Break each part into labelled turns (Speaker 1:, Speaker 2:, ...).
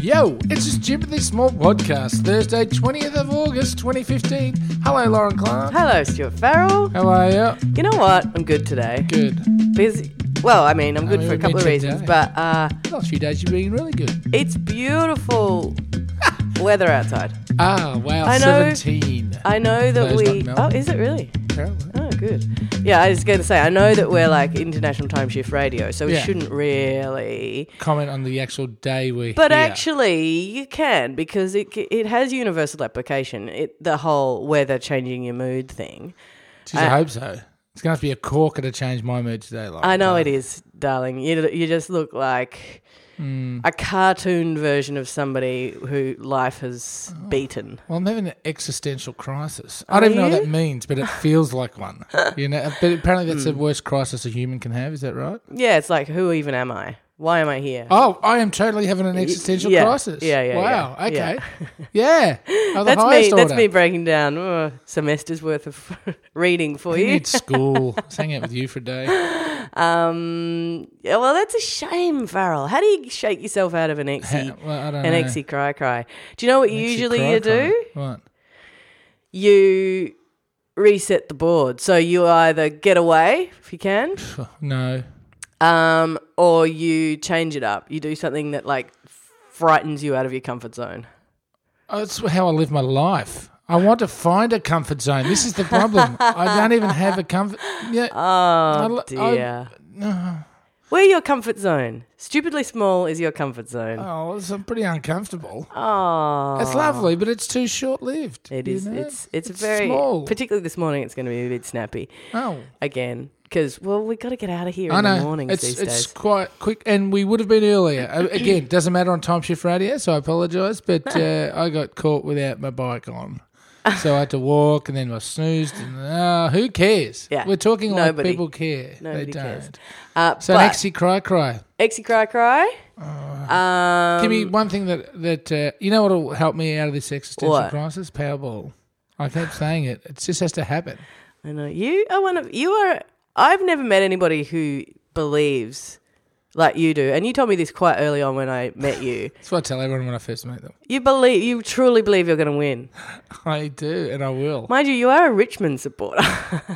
Speaker 1: Yo, it's a stupidly small podcast. Thursday, twentieth of August, twenty fifteen. Hello, Lauren Clark.
Speaker 2: Hello, Stuart Farrell.
Speaker 1: How are you?
Speaker 2: You know what? I'm good today.
Speaker 1: Good.
Speaker 2: Busy. Well, I mean, I'm good
Speaker 1: mean,
Speaker 2: for a
Speaker 1: me
Speaker 2: couple of
Speaker 1: too,
Speaker 2: reasons,
Speaker 1: yeah.
Speaker 2: but uh,
Speaker 1: Last few days you've been really good.
Speaker 2: it's beautiful weather outside.
Speaker 1: Ah, wow,
Speaker 2: I know.
Speaker 1: seventeen.
Speaker 2: I know that
Speaker 1: Those
Speaker 2: we.
Speaker 1: not
Speaker 2: Oh,
Speaker 1: Melbourne.
Speaker 2: is it really?
Speaker 1: Apparently.
Speaker 2: Oh, good. Yeah, I was going to say, I know that we're like international time shift radio, so we
Speaker 1: Yeah.
Speaker 2: shouldn't really.
Speaker 1: Comment on the actual day we.
Speaker 2: But actually, you can because it it has universal application. It the whole weather changing your mood thing.
Speaker 1: Jeez, I hope so. It's gonna have to be a corker to change my mood today, Lauren.
Speaker 2: I know it is, darling. You you just look like
Speaker 1: Mm.
Speaker 2: a cartoon version of somebody who life has
Speaker 1: Oh.
Speaker 2: beaten.
Speaker 1: Well, I'm having an existential crisis. I don't even know what that means, but it feels like one. You know, but apparently that's the
Speaker 2: Hmm.
Speaker 1: worst crisis a human can have. Is that right?
Speaker 2: Yeah, it's like who even am I? Why am I here?
Speaker 1: Oh, I am totally having an existential
Speaker 2: yeah,
Speaker 1: crisis.
Speaker 2: yeah, yeah,
Speaker 1: Wow.
Speaker 2: yeah,
Speaker 1: okay. Yeah. Of the
Speaker 2: that's me.
Speaker 1: highest
Speaker 2: That's
Speaker 1: order.
Speaker 2: me breaking down uh, semester's worth of reading for
Speaker 1: You
Speaker 2: you.
Speaker 1: need school. I was hanging out with you for a day.
Speaker 2: Um, yeah, well, that's a shame, Farrell. How do you shake yourself out of an exy,
Speaker 1: well, I don't
Speaker 2: an
Speaker 1: know.
Speaker 2: exy cry cry? Do you know what
Speaker 1: Makes
Speaker 2: usually
Speaker 1: cry,
Speaker 2: you do?
Speaker 1: cry. What?
Speaker 2: You reset the board. So you either get away if you can,
Speaker 1: Pff, No.
Speaker 2: um, or you change it up. You do something that like frightens you out of your comfort zone.
Speaker 1: Oh, That's how I live my life. I want to find a comfort zone. This is the problem. I don't even have a comfort. Yeah.
Speaker 2: Oh
Speaker 1: li- I-
Speaker 2: dear.
Speaker 1: uh-huh.
Speaker 2: Where your comfort zone? Stupidly small is your comfort zone.
Speaker 1: oh, it's I'm pretty uncomfortable.
Speaker 2: Oh,
Speaker 1: It's lovely, but it's too short lived.
Speaker 2: it is. It's, it's very
Speaker 1: small.
Speaker 2: particularly this morning. It's going to be a bit snappy
Speaker 1: oh.
Speaker 2: again because well we got to get out of here
Speaker 1: I
Speaker 2: in
Speaker 1: know.
Speaker 2: the mornings
Speaker 1: it's
Speaker 2: these
Speaker 1: it's
Speaker 2: days.
Speaker 1: quite quick, and we would have been earlier. Uh, Again, doesn't matter on time shift radio, so I apologise. But uh, I got caught without my bike on, so I had to walk, and then I snoozed. And uh, who cares?
Speaker 2: Yeah.
Speaker 1: we're talking like
Speaker 2: Nobody.
Speaker 1: people care.
Speaker 2: Nobody
Speaker 1: they don't.
Speaker 2: cares. Uh,
Speaker 1: So
Speaker 2: but
Speaker 1: Axie cry cry.
Speaker 2: exy cry cry. um,
Speaker 1: Uh, Give me one thing that that uh, you know what will help me out of this existential
Speaker 2: What?
Speaker 1: crisis? Powerball. I keep saying it. It just has to happen.
Speaker 2: I know you are one of you are. I've never met anybody who believes like you do, and you told me this quite early on when I met you.
Speaker 1: That's what I tell everyone when I first meet them.
Speaker 2: you believe you truly believe you're going to win,
Speaker 1: I do, and I will.
Speaker 2: mind you. You are a Richmond supporter,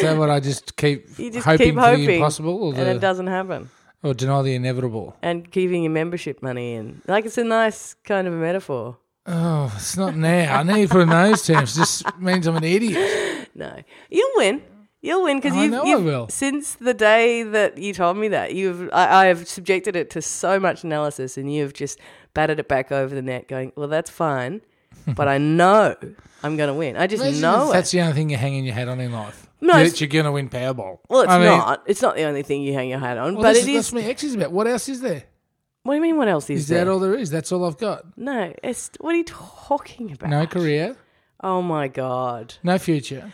Speaker 1: So what I just keep
Speaker 2: You just
Speaker 1: hoping
Speaker 2: keep
Speaker 1: for
Speaker 2: hoping,
Speaker 1: the impossible, or
Speaker 2: and
Speaker 1: the,
Speaker 2: it doesn't happen.
Speaker 1: Or Oh, deny the inevitable.
Speaker 2: And giving your membership money in, like it's a nice kind of a metaphor.
Speaker 1: Oh, it's not now. I know you put it in those terms. This means I'm an idiot.
Speaker 2: No, you'll win. You'll win because
Speaker 1: Oh, I
Speaker 2: you've,
Speaker 1: know I
Speaker 2: you've
Speaker 1: will.
Speaker 2: since the day that you told me that you've I, I've subjected it to so much analysis, and you've just batted it back over the net, going, "Well, that's fine, but I know I'm going to win. I just
Speaker 1: Imagine
Speaker 2: know
Speaker 1: if
Speaker 2: it."
Speaker 1: that's the only thing you're hanging your hat on in life.
Speaker 2: No,
Speaker 1: that
Speaker 2: it's-
Speaker 1: you're going to win Powerball.
Speaker 2: well, it's
Speaker 1: I mean,
Speaker 2: not. It's not the only thing you hang your hat on,
Speaker 1: Well,
Speaker 2: but
Speaker 1: this
Speaker 2: it
Speaker 1: is, that's
Speaker 2: is.
Speaker 1: what my ex is about. What else is there?
Speaker 2: What do you mean? What else is,
Speaker 1: Is
Speaker 2: there?
Speaker 1: that all there is? That's all I've got.
Speaker 2: no, it's what are you talking about?
Speaker 1: No career,
Speaker 2: Oh my god!
Speaker 1: no future.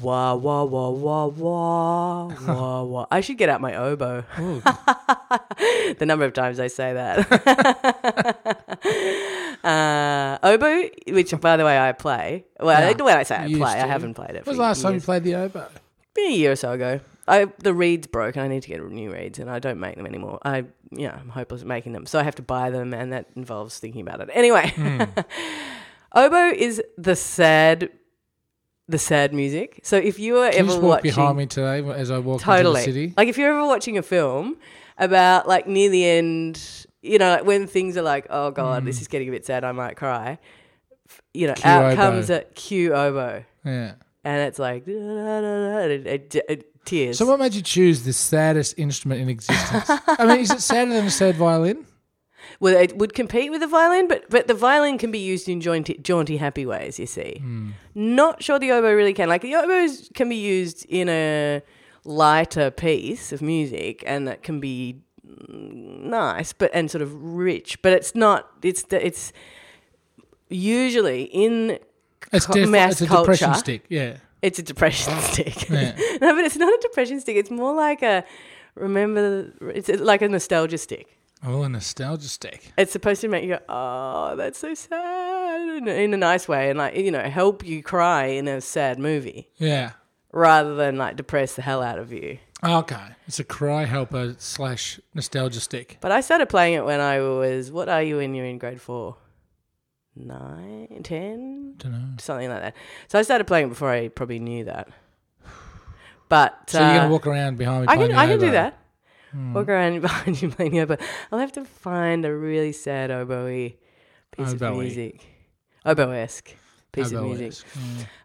Speaker 2: Wah wah wah wah wah wah wah. I should get out my oboe.
Speaker 1: Ooh.
Speaker 2: the number of times I say that. uh, oboe, which by the way I play. Well,
Speaker 1: Yeah,
Speaker 2: when I say I
Speaker 1: you
Speaker 2: play,
Speaker 1: used
Speaker 2: I
Speaker 1: to.
Speaker 2: haven't played it.
Speaker 1: When was the
Speaker 2: for
Speaker 1: last time you
Speaker 2: years.
Speaker 1: played the oboe?
Speaker 2: Been a year or so ago. I, the reeds broke, and I need to get new reeds, and I don't make them anymore. I, you know, I'm hopeless at making them, so I have to buy them, and that involves thinking about it. Anyway,
Speaker 1: Hmm.
Speaker 2: oboe is the sad, the sad music. So if you are
Speaker 1: Can you
Speaker 2: ever
Speaker 1: just walk
Speaker 2: watching,
Speaker 1: behind me today as I walk
Speaker 2: totally.
Speaker 1: into the city?
Speaker 2: Like if you're ever watching a film about like near the end, you know, like when things are like, oh god, this is getting a bit sad, I might cry. F- You know,
Speaker 1: Hmm. Cue
Speaker 2: out
Speaker 1: oboe.
Speaker 2: comes a Q oboe,
Speaker 1: Yeah.
Speaker 2: and it's like da, da, da, da, and it, it, it- tears.
Speaker 1: So what made you choose the saddest instrument in existence? I mean, is it sadder than a sad violin?
Speaker 2: well, it would compete with the violin, but but the violin can be used in jaunty, jaunty happy ways. You see,
Speaker 1: Hmm.
Speaker 2: not sure the oboe really can. Like the oboe can be used in a lighter piece of music, and that can be mm, nice, but and sort of rich. But it's not. It's the- it's usually in
Speaker 1: It's,
Speaker 2: Co-
Speaker 1: defi-
Speaker 2: mass
Speaker 1: it's a depression
Speaker 2: culture.
Speaker 1: stick. Yeah.
Speaker 2: It's a depression stick.
Speaker 1: Yeah.
Speaker 2: no, but it's not a depression stick. It's more like a remember. It's like a nostalgia stick.
Speaker 1: Oh, a nostalgia stick.
Speaker 2: It's supposed to make you go, oh, that's so sad, in, in a nice way, and like you know, help you cry in a sad movie
Speaker 1: Yeah.
Speaker 2: rather than like depress the hell out of you.
Speaker 1: Okay, it's a cry helper slash nostalgia stick.
Speaker 2: But I started playing it when I was, what are you when you're in grade four? Nine, ten,
Speaker 1: Don't know.
Speaker 2: something like that. So I started playing it before I probably knew that. But
Speaker 1: So you're
Speaker 2: uh,
Speaker 1: gonna walk around behind me?
Speaker 2: I
Speaker 1: playing
Speaker 2: can
Speaker 1: the
Speaker 2: I can do
Speaker 1: oboe.
Speaker 2: that.
Speaker 1: Hmm.
Speaker 2: Walk around behind you playing the oboe. I'll have to find a really sad oboe piece
Speaker 1: Oboe-y.
Speaker 2: of music, oboe esque piece
Speaker 1: Oboe
Speaker 2: of
Speaker 1: is.
Speaker 2: music.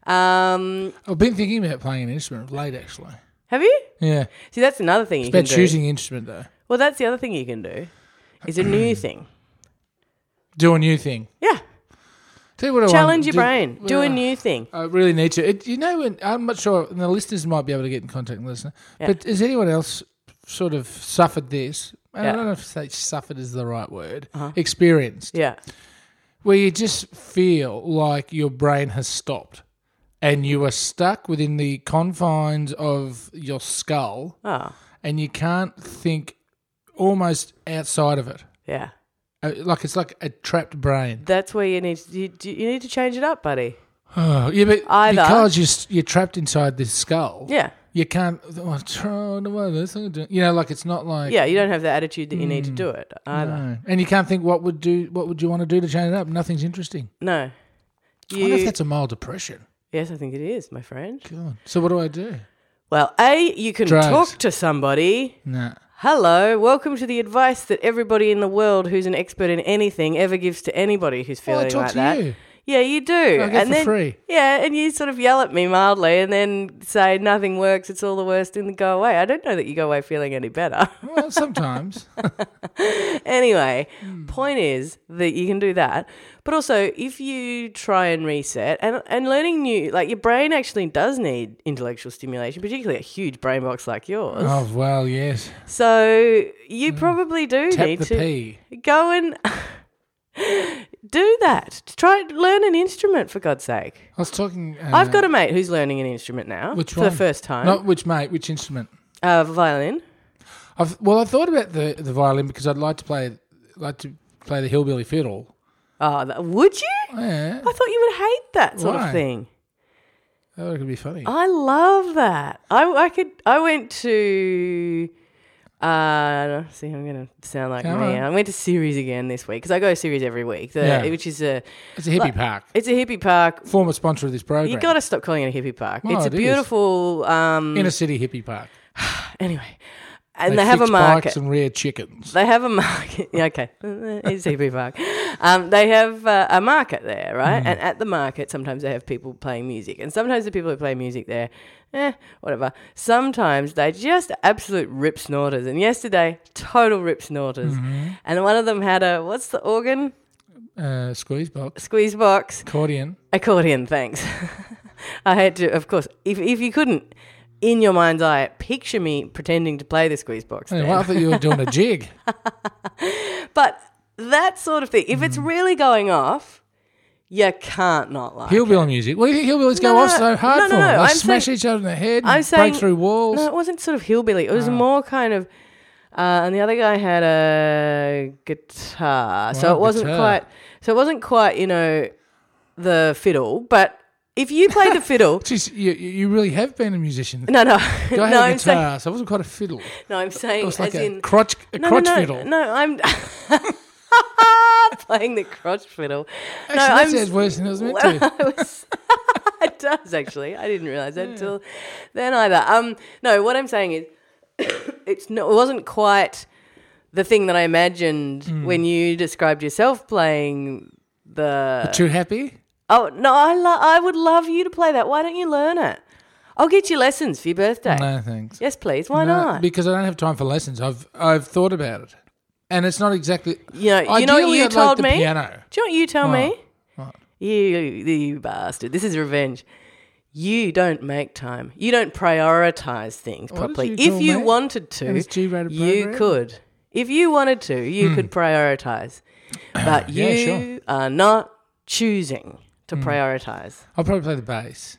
Speaker 1: Mm.
Speaker 2: Um,
Speaker 1: I've been thinking about playing an instrument of late, actually.
Speaker 2: have you?
Speaker 1: Yeah,
Speaker 2: See, that's another thing you
Speaker 1: about
Speaker 2: can do.
Speaker 1: choosing an instrument though.
Speaker 2: Well, that's the other thing you can do. It's a new thing.
Speaker 1: Do a new thing.
Speaker 2: Yeah,
Speaker 1: Tell you what I want-
Speaker 2: challenge your
Speaker 1: do-
Speaker 2: brain. Do a
Speaker 1: well,
Speaker 2: new thing.
Speaker 1: I really need to. It, you know, and I'm not sure, and the listeners might be able to get in contact with the listener.
Speaker 2: Yeah.
Speaker 1: But has anyone else suffered of suffered this? And
Speaker 2: Yeah. Uh-huh.
Speaker 1: I don't know if say suffered is the right word. Experienced,
Speaker 2: Yeah.
Speaker 1: where you just feel like your brain has stopped, and you are stuck within the confines of your skull,
Speaker 2: Oh,
Speaker 1: and you can't think almost outside of it.
Speaker 2: yeah.
Speaker 1: Uh, Like it's like a trapped brain.
Speaker 2: That's where you need to, you, you need to change it up, buddy.
Speaker 1: Oh, yeah, but
Speaker 2: Either-
Speaker 1: because you're, s- you're trapped inside this skull.
Speaker 2: Yeah.
Speaker 1: you can't. Oh, try to wear this thing, do-" You know, like it's not like
Speaker 2: Yeah, you don't have the attitude that you need to do
Speaker 1: Hmm.
Speaker 2: it either.
Speaker 1: No. And you can't think what would do. What would you want to do to change it up? Nothing's interesting.
Speaker 2: No.
Speaker 1: I wonder if
Speaker 2: You,
Speaker 1: that's a mild depression.
Speaker 2: yes, I think it is, my friend.
Speaker 1: God. So what do I do?
Speaker 2: Well, A, you can
Speaker 1: Drugs.
Speaker 2: talk to somebody.
Speaker 1: Nah.
Speaker 2: Hello, welcome to the advice that everybody in the world who's an expert in anything ever gives to anybody who's
Speaker 1: Well, Oh, I
Speaker 2: feeling
Speaker 1: talk
Speaker 2: like
Speaker 1: to
Speaker 2: that.
Speaker 1: you.
Speaker 2: Yeah, you do.
Speaker 1: I get
Speaker 2: and
Speaker 1: for
Speaker 2: then
Speaker 1: free.
Speaker 2: Yeah, and you sort of yell at me mildly and then say nothing works, it's all the worst and go away. I don't know that you go away feeling any better.
Speaker 1: Well, sometimes.
Speaker 2: anyway,
Speaker 1: Hmm.
Speaker 2: point is that you can do that. But also, if you try and reset and, and learning new, like your brain actually does need intellectual stimulation, particularly a huge brain box like yours.
Speaker 1: oh well, yes.
Speaker 2: So you probably do
Speaker 1: Mm. Tap
Speaker 2: need
Speaker 1: the
Speaker 2: to
Speaker 1: P.
Speaker 2: go and do that. Try learn an instrument for God's sake.
Speaker 1: I was talking. Uh,
Speaker 2: I've got a mate who's learning an instrument now
Speaker 1: Which
Speaker 2: for
Speaker 1: one?
Speaker 2: the first time.
Speaker 1: not which mate, which instrument.
Speaker 2: Uh, violin.
Speaker 1: I've well, I thought about the the violin because I'd like to play like to play the hillbilly fiddle.
Speaker 2: Oh, that, would you?
Speaker 1: Yeah,
Speaker 2: I thought you would hate that sort
Speaker 1: Why?
Speaker 2: of thing.
Speaker 1: that could be funny.
Speaker 2: I love that. I, I could. I went to. Uh, see, I'm going to sound like
Speaker 1: Come
Speaker 2: me.
Speaker 1: on.
Speaker 2: I went to series again this week because I go series every week, the,
Speaker 1: Yeah.
Speaker 2: which is a
Speaker 1: It's a hippie park.
Speaker 2: it's a hippie park.
Speaker 1: Former sponsor of this program.
Speaker 2: You got to stop calling it a hippie park.
Speaker 1: Well,
Speaker 2: it's a
Speaker 1: it is.
Speaker 2: beautiful. Um,
Speaker 1: inner city hippie park.
Speaker 2: anyway, and they, have a
Speaker 1: fix bikes
Speaker 2: market.
Speaker 1: and rare chickens.
Speaker 2: They have a market. Yeah, okay, it's hippie park. Um, they have uh, a market there, right?
Speaker 1: Mm-hmm.
Speaker 2: And at the market, sometimes they have people playing music, and sometimes the people who play music there, eh, whatever. Sometimes they just absolute rip snorters. And yesterday, total rip snorters.
Speaker 1: Mm-hmm.
Speaker 2: And one of them had a what's the organ?
Speaker 1: Uh, squeeze box,
Speaker 2: Squeeze box
Speaker 1: accordion.
Speaker 2: accordion. Thanks. I had to, of course. If if you couldn't. In your mind's eye, picture me pretending to play the squeeze box.
Speaker 1: Anyway,
Speaker 2: then.
Speaker 1: I thought you were doing a jig.
Speaker 2: But that sort of thing, if
Speaker 1: Mm.
Speaker 2: it's really going off, you can't not like.
Speaker 1: Hillbilly music. What do you think hillbillies go
Speaker 2: No,
Speaker 1: off
Speaker 2: no,
Speaker 1: so hard
Speaker 2: no, no,
Speaker 1: for?
Speaker 2: no,
Speaker 1: They
Speaker 2: I'm
Speaker 1: smash
Speaker 2: saying-
Speaker 1: each other in the head.
Speaker 2: I'm
Speaker 1: and
Speaker 2: saying-
Speaker 1: break through walls.
Speaker 2: no, it wasn't sort of hillbilly. It
Speaker 1: Oh.
Speaker 2: was more kind of. Uh, and the other guy had a guitar, so
Speaker 1: Wow,
Speaker 2: it wasn't
Speaker 1: guitar.
Speaker 2: quite. So it wasn't quite, you know, the fiddle. But if you played the fiddle,
Speaker 1: Jeez, you, you you really have been a musician.
Speaker 2: no, no,
Speaker 1: I
Speaker 2: no,
Speaker 1: had a
Speaker 2: I'm saying,
Speaker 1: guitar, so I wasn't quite a fiddle. It
Speaker 2: no, I'm saying,
Speaker 1: was like
Speaker 2: as
Speaker 1: a
Speaker 2: in,
Speaker 1: crotch, a
Speaker 2: no,
Speaker 1: crotch
Speaker 2: no, no,
Speaker 1: fiddle.
Speaker 2: no, I'm playing the crotch fiddle.
Speaker 1: Actually,
Speaker 2: no,
Speaker 1: that
Speaker 2: I'm
Speaker 1: sounds worse than it was meant
Speaker 2: Well,
Speaker 1: to.
Speaker 2: I was- it does actually. I didn't realize that until then either. Um, no, what I'm saying is, it's no, it wasn't quite the thing that I imagined
Speaker 1: Mm.
Speaker 2: when you described yourself playing the.
Speaker 1: Too happy?
Speaker 2: oh no, I lo- I would love you to play that. Why don't you learn it? I'll get you lessons for your birthday.
Speaker 1: No, thanks.
Speaker 2: Yes, please. Why
Speaker 1: No,
Speaker 2: not?
Speaker 1: Because I don't have time for lessons. I've I've thought about it, and it's not exactly.
Speaker 2: You know, you know what
Speaker 1: Ideally,
Speaker 2: you
Speaker 1: I'd like
Speaker 2: told
Speaker 1: the
Speaker 2: me.
Speaker 1: piano.
Speaker 2: Do you know what you tell me?
Speaker 1: What?
Speaker 2: You, you bastard! This is revenge. You don't make time. You don't prioritize things
Speaker 1: did
Speaker 2: properly.
Speaker 1: you
Speaker 2: if
Speaker 1: call
Speaker 2: you
Speaker 1: me?
Speaker 2: wanted
Speaker 1: And it's
Speaker 2: to,
Speaker 1: G-rated
Speaker 2: you
Speaker 1: program? Hmm.
Speaker 2: could. If you wanted to, you could prioritize. But you
Speaker 1: Yeah, Hmm.
Speaker 2: are not choosing to prioritize.
Speaker 1: I'll probably play the bass.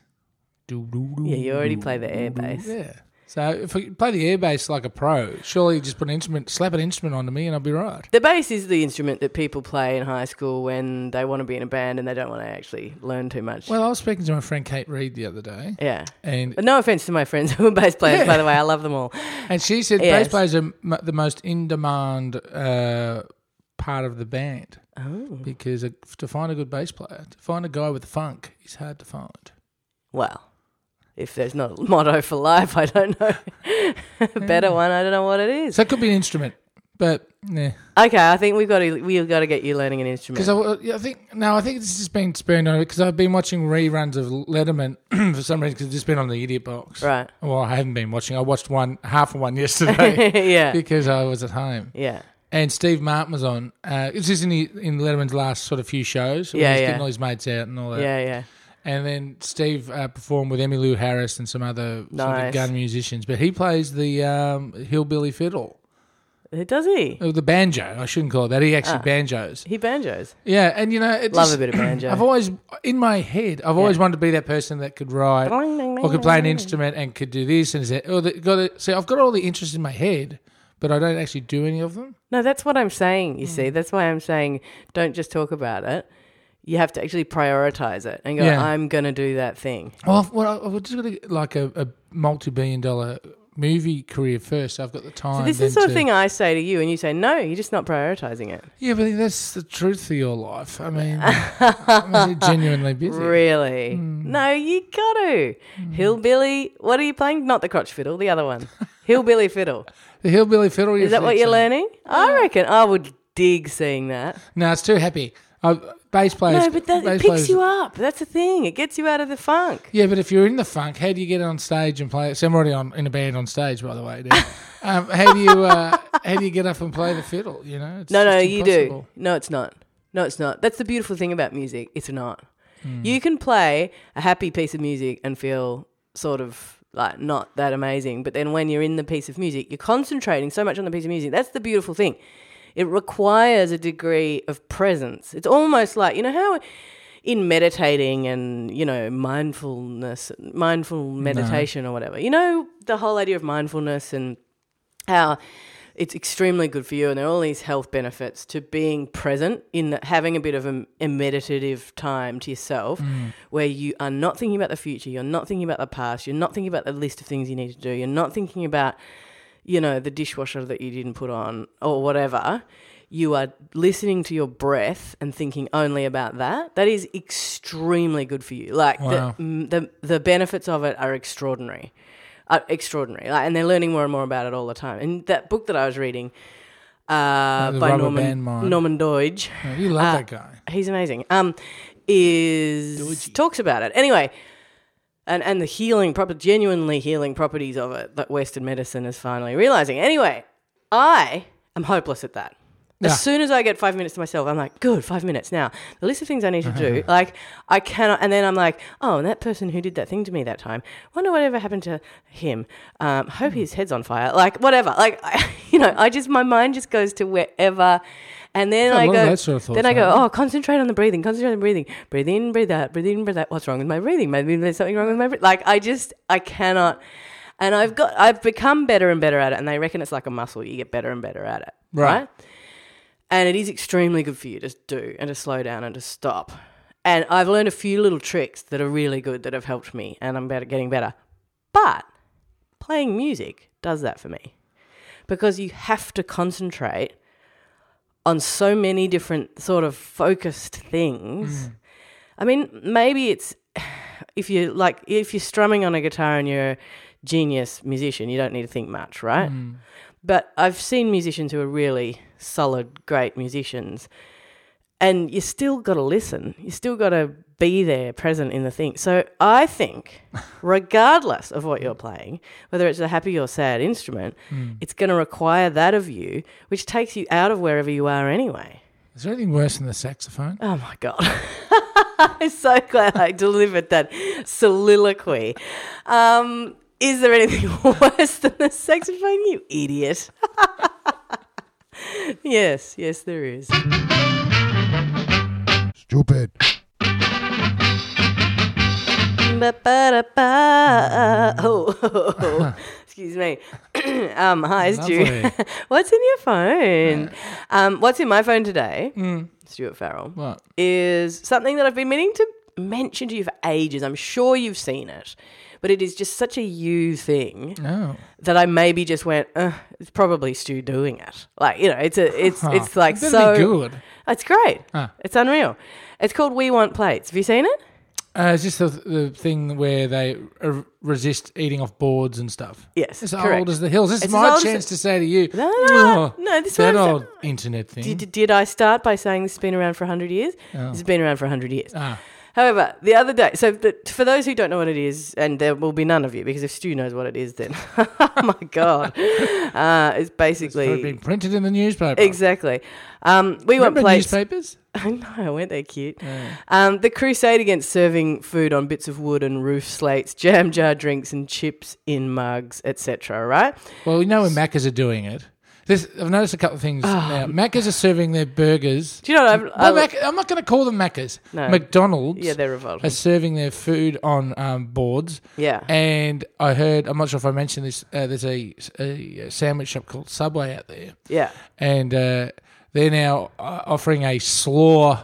Speaker 1: Yeah,
Speaker 2: Yeah, you already play the air bass.
Speaker 1: Yeah. So if I play the air bass like a pro, surely you just put an instrument, slap an instrument onto me, and I'll be right.
Speaker 2: The bass is the instrument that people play in high school when they want to be in a band and they don't want to actually learn too much.
Speaker 1: Well, I was speaking to my friend Kate Reed the other day,
Speaker 2: yeah.
Speaker 1: and
Speaker 2: No offense to my friends who are bass players, by the way. I love them all.
Speaker 1: and she said
Speaker 2: Yes.
Speaker 1: bass players are m- the most in demand uh, part of the band
Speaker 2: Oh.
Speaker 1: because a, to find a good bass player, to find a guy with funk, is hard to find.
Speaker 2: Well, if there's not a motto for life, I don't know. a better
Speaker 1: Hmm.
Speaker 2: one, I don't know what it is.
Speaker 1: So it could be an instrument, but yeah.
Speaker 2: Okay, I think we've got to we've got to get you learning an instrument.
Speaker 1: Because I, yeah, I think no, I think it's just been spurned on it because I've been watching reruns of Letterman for some reason because it's just been on the idiot box.
Speaker 2: Right.
Speaker 1: Well, I haven't been watching. I watched one half of one yesterday
Speaker 2: yeah.
Speaker 1: because I was at home.
Speaker 2: Yeah.
Speaker 1: And Steve Martin was on. Uh, it's just in, the, in Letterman's last sort of few shows. where
Speaker 2: Yeah,
Speaker 1: he's
Speaker 2: yeah.
Speaker 1: Getting all his mates out and all that.
Speaker 2: Yeah, yeah.
Speaker 1: And then Steve uh, performed with Emmylou Harris and some other sort of
Speaker 2: Nice.
Speaker 1: gun musicians, but he plays the um, hillbilly fiddle,
Speaker 2: It Does he?
Speaker 1: Oh, the banjo. I shouldn't call it that. He actually banjos.
Speaker 2: He banjos.
Speaker 1: Yeah, and you know, it
Speaker 2: Ah. Love
Speaker 1: just-
Speaker 2: a bit of banjo.
Speaker 1: I've always, in my head, I've always wanted to be that person that could write
Speaker 2: Boing, boing,
Speaker 1: or could play an
Speaker 2: boing.
Speaker 1: instrument and could do this and is that. Or the, got it. See, I've got all the interests in my head, but I don't actually do any of them.
Speaker 2: No, that's what I'm saying. You
Speaker 1: Hmm.
Speaker 2: see, that's why I'm saying don't just talk about it. You have to actually prioritize it and go.
Speaker 1: Yeah.
Speaker 2: I'm gonna do that thing.
Speaker 1: Well, I've, well, I've just got a, like a, a multi-billion dollar movie career first. So I've got the time.
Speaker 2: So this
Speaker 1: then
Speaker 2: is the sort
Speaker 1: to-
Speaker 2: of thing I say to you, and you say no. You're just not prioritizing it.
Speaker 1: Yeah, but that's the truth of your life. I mean, I'm actually genuinely busy.
Speaker 2: Really? No, you got to. Hillbilly. What are you playing? Not the crotch fiddle, the other one. Hillbilly fiddle.
Speaker 1: The hillbilly fiddle.
Speaker 2: Is that what you're learning? I reckon I would dig seeing that.
Speaker 1: No, it's too happy. Uh, bass players.
Speaker 2: No, but that,
Speaker 1: bass
Speaker 2: it picks
Speaker 1: players-
Speaker 2: you up. That's the thing. It gets you out of the funk.
Speaker 1: Yeah, but if you're in the funk, how do you get on stage and play? So I'm already on in a band on stage, by the way. now. um, how do you uh, how do you get up and play the fiddle? You know, it's
Speaker 2: No, no,
Speaker 1: just
Speaker 2: you
Speaker 1: impossible.
Speaker 2: do. No, it's not. No, it's not. That's the beautiful thing about music. It's not.
Speaker 1: Hmm.
Speaker 2: You can play a happy piece of music and feel sort of like not that amazing, but then when you're in the piece of music, you're concentrating so much on the piece of music. That's the beautiful thing. It requires a degree of presence. It's almost like, you know how in meditating and, you know, mindfulness, mindful meditation or whatever. You know the whole idea of mindfulness and how it's extremely good for you and there are all these health benefits to being present in the, having a bit of a, a meditative time to yourself where you are not thinking about the future you're not thinking about the past you're not thinking about the list of things you need to do you're not thinking about you know the dishwasher that you didn't put on or whatever you are listening to your breath and thinking only about that that is extremely good for you like
Speaker 1: Wow.
Speaker 2: the, mm, the the benefits of it are extraordinary are extraordinary. Like, and they're learning more and more about it all the time. And that book that I was reading uh,
Speaker 1: the
Speaker 2: by
Speaker 1: Rubber Band
Speaker 2: Norman
Speaker 1: Mine.
Speaker 2: Norman Deutsch,
Speaker 1: Yeah, you
Speaker 2: Uh,
Speaker 1: love that guy.
Speaker 2: he's amazing. Um, is talks about it anyway, and and the healing proper, genuinely healing properties of it that Western medicine is finally realizing. Anyway, I am hopeless at that.
Speaker 1: Yeah.
Speaker 2: As soon as I get five minutes to myself, I'm like, good, five minutes now. The list of things I need to do, like, I cannot. And then I'm like, oh, and that person who did that thing to me that time, wonder whatever happened to him. Um, hope his head's on fire. Like, whatever. Like, I, you know, I just, my mind just goes to wherever. And then
Speaker 1: Got a
Speaker 2: I
Speaker 1: lot of
Speaker 2: go,
Speaker 1: that sort of thoughts,
Speaker 2: then I go,
Speaker 1: haven't
Speaker 2: oh, concentrate on the breathing, concentrate on the breathing. Breathe in, breathe out, breathe in, breathe out. What's wrong with my breathing? Maybe there's something wrong with my breathing. Like, I just, I cannot. And I've got, I've become better and better at it. And they reckon it's like a muscle. You get better and better at it.
Speaker 1: Right.
Speaker 2: right? and it is extremely good for you to do and to slow down and to stop. And I've learned a few little tricks that are really good that have helped me, and I'm better, getting better. But playing music does that for me because you have to concentrate on so many different sort of focused things. I mean, maybe it's if you like if you're strumming on a guitar and you're a genius musician, you don't need to think much, right? But I've seen musicians who are really solid, great musicians, and you still got to listen. You still got to be there, present in the thing. So I think, regardless of what you're playing, whether it's a happy or sad instrument, it's going to require that of you, which takes you out of wherever you are anyway.
Speaker 1: Is there anything worse than the saxophone?
Speaker 2: Oh my God. I'm so glad I delivered that soliloquy. Um, is there anything worse than the saxophone, you idiot? yes, yes, there is.
Speaker 3: Stupid.
Speaker 2: Ba-ba-da-ba. Oh, Excuse me. um, hi, Stu.
Speaker 1: Lovely.
Speaker 2: what's in your phone? Um, what's in my phone today, Stuart Farrell,
Speaker 1: What?
Speaker 2: is something that I've been meaning to mention to you for ages. I'm sure you've seen it, but it is just such a you thing
Speaker 1: No.
Speaker 2: that I maybe just went, "Ugh, it's probably Stu doing it. Like, you know, it's a, it's, it's like
Speaker 1: That'd
Speaker 2: so
Speaker 1: be good.
Speaker 2: It's great.
Speaker 1: Huh.
Speaker 2: It's unreal. It's called We Want Plates. Have you seen it?
Speaker 1: Uh, it's just the, the thing where they uh, resist eating off boards and stuff.
Speaker 2: Yes,
Speaker 1: It's
Speaker 2: correct.
Speaker 1: old as the hills. This
Speaker 2: It's
Speaker 1: is
Speaker 2: as old
Speaker 1: my
Speaker 2: as
Speaker 1: chance
Speaker 2: the-
Speaker 1: to say to you,
Speaker 2: No, no, no.
Speaker 1: "Oh,
Speaker 2: No, this is
Speaker 1: that
Speaker 2: what I'm
Speaker 1: old internet thing.
Speaker 2: Did, did I start by saying this has been around for 100 years?
Speaker 1: Oh.
Speaker 2: This has been around for 100 years.
Speaker 1: ah,
Speaker 2: However, the other day, so but for those who don't know what it is, and there will be none of you because if Stu knows what it is, then oh my god, uh,
Speaker 1: so
Speaker 2: it's
Speaker 1: it'd
Speaker 2: basically
Speaker 1: been printed in the newspaper.
Speaker 2: exactly. Um, we
Speaker 1: Remember
Speaker 2: want plates.
Speaker 1: newspapers?
Speaker 2: I know, weren't they cute?
Speaker 1: Yeah.
Speaker 2: Um, the crusade against serving food on bits of wood and roof slates, jam jar drinks and chips in mugs, etc. Right?
Speaker 1: Well, we know when Macca's are doing it. This I've noticed a couple of things now. Macca's are serving their burgers.
Speaker 2: Do you know what I've- Ah. I?
Speaker 1: Well, Mac, I'm not going to call them Macca's.
Speaker 2: No.
Speaker 1: McDonald's
Speaker 2: yeah, they're
Speaker 1: are
Speaker 2: revolting.
Speaker 1: serving their food on um, boards.
Speaker 2: Yeah.
Speaker 1: And I heard, I'm not sure if I mentioned this, uh, there's a, a sandwich shop called Subway out there.
Speaker 2: Yeah.
Speaker 1: And uh, they're now uh, offering a slaw,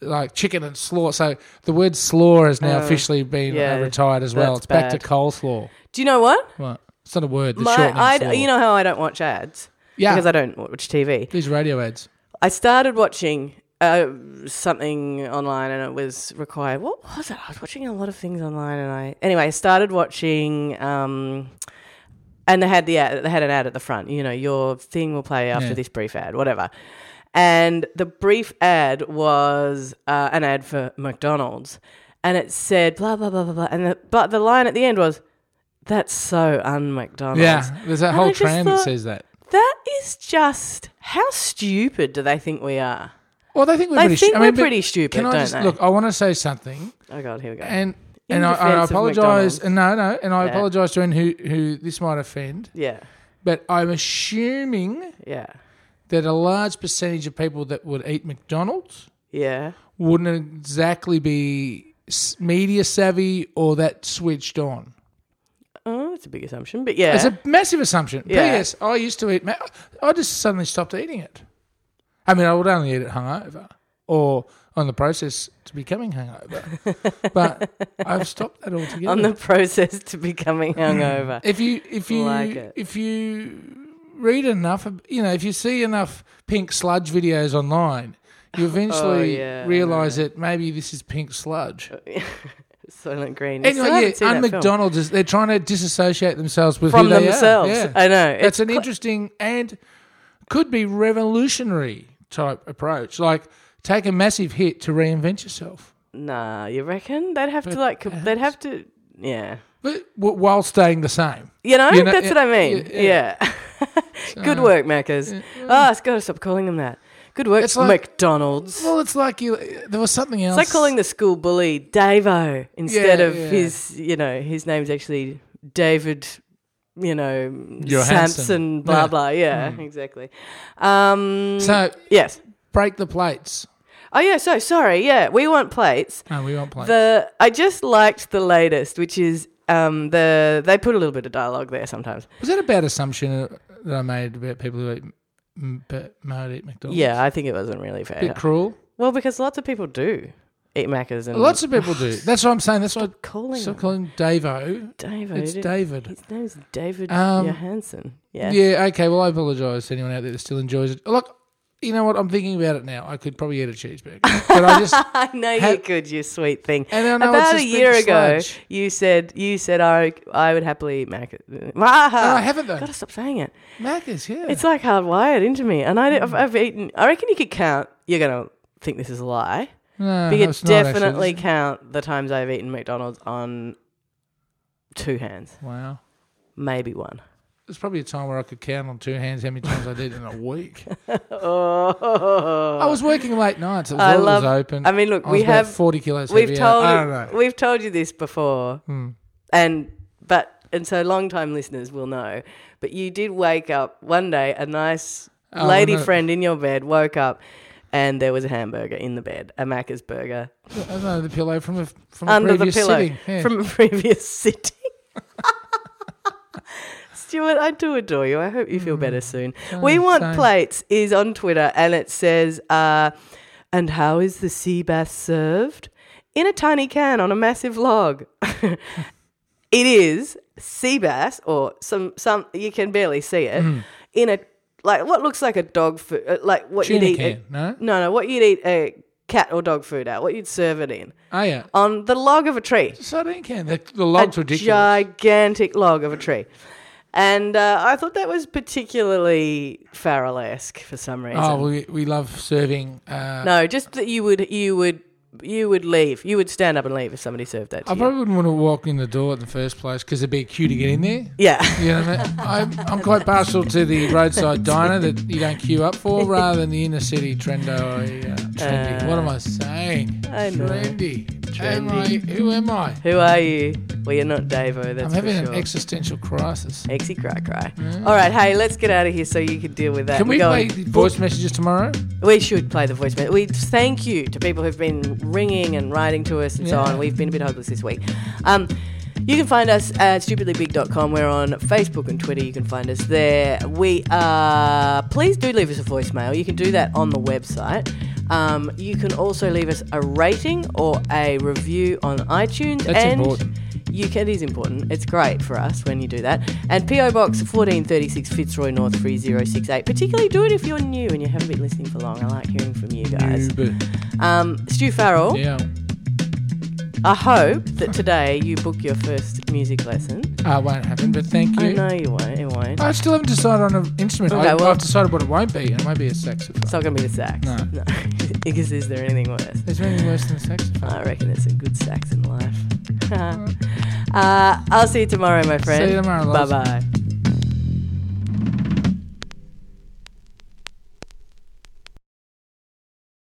Speaker 1: like chicken and slaw. So the word slaw has now
Speaker 2: Oh,
Speaker 1: officially been
Speaker 2: yeah,
Speaker 1: uh, retired as well.
Speaker 2: that's
Speaker 1: It's back
Speaker 2: bad.
Speaker 1: to coleslaw.
Speaker 2: Do you know what?
Speaker 1: What? It's not a word. The
Speaker 2: My,
Speaker 1: shortening slaw.
Speaker 2: I, you know how I don't watch ads
Speaker 1: yeah,
Speaker 2: because I don't watch TV.
Speaker 1: these radio ads.
Speaker 2: I started watching uh, something online and it was required. What was it? I was watching a lot of things online and I anyway I started watching. Um, and they had the ad, they had an ad at the front. You know, your thing will play after
Speaker 1: Yeah.
Speaker 2: this brief ad, whatever. And the brief ad was uh, an ad for McDonald's, and it said blah blah blah blah blah. And the, but the line at the end was, "That's so un McDonald's."
Speaker 1: Yeah, there's that
Speaker 2: And I
Speaker 1: whole
Speaker 2: just
Speaker 1: trend that
Speaker 2: thought-
Speaker 1: says that.
Speaker 2: That is just how stupid do they think we are?
Speaker 1: Well, they think we're
Speaker 2: They
Speaker 1: pretty. stu-
Speaker 2: think
Speaker 1: I mean,
Speaker 2: we're
Speaker 1: but
Speaker 2: pretty stupid,
Speaker 1: Can I
Speaker 2: don't
Speaker 1: just
Speaker 2: they?
Speaker 1: look? I want to say something,
Speaker 2: Oh god, here we go.
Speaker 1: and
Speaker 2: In
Speaker 1: and I, I
Speaker 2: defense of McDonald's.
Speaker 1: apologize. And no, no, and I
Speaker 2: Yeah.
Speaker 1: apologize to anyone who who this might offend.
Speaker 2: yeah,
Speaker 1: But I'm assuming
Speaker 2: yeah,
Speaker 1: that a large percentage of people that would eat McDonald's
Speaker 2: yeah.
Speaker 1: wouldn't exactly be s- media savvy or that switched on.
Speaker 2: Oh, that's a big assumption, but yeah,
Speaker 1: It's a massive assumption.
Speaker 2: Yeah.
Speaker 1: P.S. I used to eat. Ma- I just suddenly stopped eating it. I mean, I would only eat it hungover or on the process to becoming hungover. but I've stopped that altogether.
Speaker 2: on the process to becoming hungover.
Speaker 1: if you if you
Speaker 2: Like it.
Speaker 1: if you read enough, of- you know, if you see enough pink sludge videos online, you eventually
Speaker 2: Oh, yeah, I
Speaker 1: realize that maybe this is pink sludge.
Speaker 2: Silent Green.
Speaker 1: Anyway,
Speaker 2: Still haven't seen
Speaker 1: yeah, and
Speaker 2: that film.
Speaker 1: McDonald's is they're trying to disassociate themselves with
Speaker 2: from
Speaker 1: who they are.
Speaker 2: themselves.
Speaker 1: Yeah.
Speaker 2: I know. It's
Speaker 1: That's an interesting and could be revolutionary type approach. Like take a massive hit to reinvent yourself,
Speaker 2: nah. You reckon they'd have to like? com- They'd have to. Yeah.
Speaker 1: but w- while staying the same.
Speaker 2: You know,
Speaker 1: You know,
Speaker 2: that's
Speaker 1: yeah,
Speaker 2: what I mean.
Speaker 1: yeah, Uh,
Speaker 2: Yeah. Good work, Maccas. Oh, it's got to stop calling them that. Good work,
Speaker 1: It's like-
Speaker 2: McDonald's.
Speaker 1: Well, it's like you. There was something else.
Speaker 2: It's like calling the school bully Davo instead
Speaker 1: Yeah,
Speaker 2: of
Speaker 1: yeah.
Speaker 2: his, you know, his name's actually David, you know,
Speaker 1: Johansson.
Speaker 2: Samson, blah,
Speaker 1: Yeah. Mm.
Speaker 2: blah. Yeah, exactly. Um,
Speaker 1: so
Speaker 2: yes.
Speaker 1: break the plates.
Speaker 2: Oh, yeah, so sorry. Yeah, we want plates.
Speaker 1: No, we won't play.
Speaker 2: The I just liked the latest, which is um, the they put a little bit of dialogue there sometimes.
Speaker 1: was that a bad assumption that I made about people who eat, m- but might eat McDonald's?
Speaker 2: Yeah, I think it wasn't really fair.
Speaker 1: a bit cruel.
Speaker 2: Well, because lots of people do eat macas and
Speaker 1: Lots of people do. That's what I'm saying. That's why I
Speaker 2: Um, calling
Speaker 1: stop
Speaker 2: them
Speaker 1: calling Davo.
Speaker 2: Davo.
Speaker 1: It's
Speaker 2: dude.
Speaker 1: David.
Speaker 2: His name's David
Speaker 1: Um,
Speaker 2: Johansson.
Speaker 1: Yeah.
Speaker 2: Yeah.
Speaker 1: okay. Well, I apologise to anyone out there that still enjoys it. Look, you know what? I'm thinking about it now. I could probably eat a cheeseburger, but I just
Speaker 2: I know you
Speaker 1: Ha-
Speaker 2: could, you sweet thing.
Speaker 1: And I know it's
Speaker 2: About a
Speaker 1: just been
Speaker 2: year ago,
Speaker 1: sludge.
Speaker 2: you said you said I I would happily mac.
Speaker 1: Oh, I
Speaker 2: I
Speaker 1: haven't though.
Speaker 2: Gotta stop saying it.
Speaker 1: Macca's, yeah. Hmm.
Speaker 2: It's like hardwired into me, and I, have I've eaten. I reckon you could count. You're gonna think this is a lie,
Speaker 1: no, no,
Speaker 2: but you could
Speaker 1: Uh-huh, it's not, actually.
Speaker 2: definitely count the times I've eaten McDonald's on two hands,
Speaker 1: Wow.
Speaker 2: maybe one.
Speaker 1: There's probably a time where I could count on two hands how many times I did in a week.
Speaker 2: Oh,
Speaker 1: I was working late nights. It was,
Speaker 2: I
Speaker 1: all that
Speaker 2: love-
Speaker 1: was open.
Speaker 2: I mean, look,
Speaker 1: I was
Speaker 2: we
Speaker 1: about
Speaker 2: have
Speaker 1: 40 kilos.
Speaker 2: we've
Speaker 1: heavier. Ah, Hmm.
Speaker 2: told
Speaker 1: I don't know.
Speaker 2: we've told you this before, and but and so long time listeners will know. But you did wake up one day. A nice
Speaker 1: Oh,
Speaker 2: lady
Speaker 1: no.
Speaker 2: friend in your bed woke up, and there was a hamburger in the bed, a Macca's burger
Speaker 1: I don't know the pillow from a from a
Speaker 2: under the
Speaker 1: previous
Speaker 2: pillow
Speaker 1: sitting. Yeah.
Speaker 2: from a previous sitting. Stuart, I do adore you. I hope you feel better soon. we
Speaker 1: Oh,
Speaker 2: want
Speaker 1: same.
Speaker 2: plates is on Twitter and it says, uh, and how is the sea bass served? In a tiny can on a massive log. it is sea bass, or some some you can barely see it
Speaker 1: Mm.
Speaker 2: in a like what looks like a dog food, uh, like what
Speaker 1: Tuna
Speaker 2: you'd eat.
Speaker 1: can, no?
Speaker 2: no, no, what you'd eat a cat or dog food at, what you'd serve it in
Speaker 1: Oh yeah,
Speaker 2: on the log of a tree
Speaker 1: sardine can. The, the log's
Speaker 2: a
Speaker 1: ridiculous.
Speaker 2: gigantic log of a tree. And uh, I thought that was particularly Farrell-esque for some reason.
Speaker 1: oh, we we love serving. Uh,
Speaker 2: no, just that you would you would you would leave. You would stand up and leave if somebody served that to
Speaker 1: I
Speaker 2: you.
Speaker 1: probably wouldn't want to walk in the door in the first place because it'd be a queue to get in there.
Speaker 2: yeah.
Speaker 1: You know what I mean? I'm, I'm quite partial to the roadside diner that you don't queue up for rather than the inner city trendo. Uh, trendy. what am I saying?
Speaker 2: I know.
Speaker 1: Trendy. Am I, who am I?
Speaker 2: Who are you? Well, you're not Davo. That's
Speaker 1: I'm having
Speaker 2: for
Speaker 1: an
Speaker 2: sure.
Speaker 1: existential crisis.
Speaker 2: Exy cry cry. All right, hey, let's get out of here so you can deal with that.
Speaker 1: Can
Speaker 2: and
Speaker 1: we
Speaker 2: go
Speaker 1: play
Speaker 2: and-
Speaker 1: the voice messages tomorrow?
Speaker 2: We should play the voicemail. We thank you to people who've been ringing and writing to us and so
Speaker 1: Yeah.
Speaker 2: on. We've been a bit hopeless this week. Um, you can find us at stupidlybig.com. We're on Facebook and Twitter. You can find us there. We are. Please do leave us a voicemail. You can do that on the website. Um, you can also leave us a rating or a review on iTunes.
Speaker 1: That's
Speaker 2: and
Speaker 1: important.
Speaker 2: you can, it is important. It's great for us when you do that. And PO Box 1436 Fitzroy North 3068. Particularly do it if you're new and you haven't been listening for long. I like hearing from you guys.
Speaker 1: Uber.
Speaker 2: Um, Stu Farrell,
Speaker 1: Yeah.
Speaker 2: I hope that today you book your first music lesson.
Speaker 1: Uh, won't happen, but thank
Speaker 2: I
Speaker 1: you.
Speaker 2: know you won't. It won't.
Speaker 1: I still haven't decided on an instrument.
Speaker 2: Okay,
Speaker 1: I,
Speaker 2: well-
Speaker 1: I've decided what it won't be, and it won't be a saxophone.
Speaker 2: It's not going to be the sax.
Speaker 1: No.
Speaker 2: because is there anything worse?
Speaker 1: Is there anything worse than a saxophone?
Speaker 2: I reckon it's a good sax in life. uh, I'll see you tomorrow, my friend.
Speaker 1: See you tomorrow,
Speaker 2: Bye
Speaker 1: loves.
Speaker 2: bye.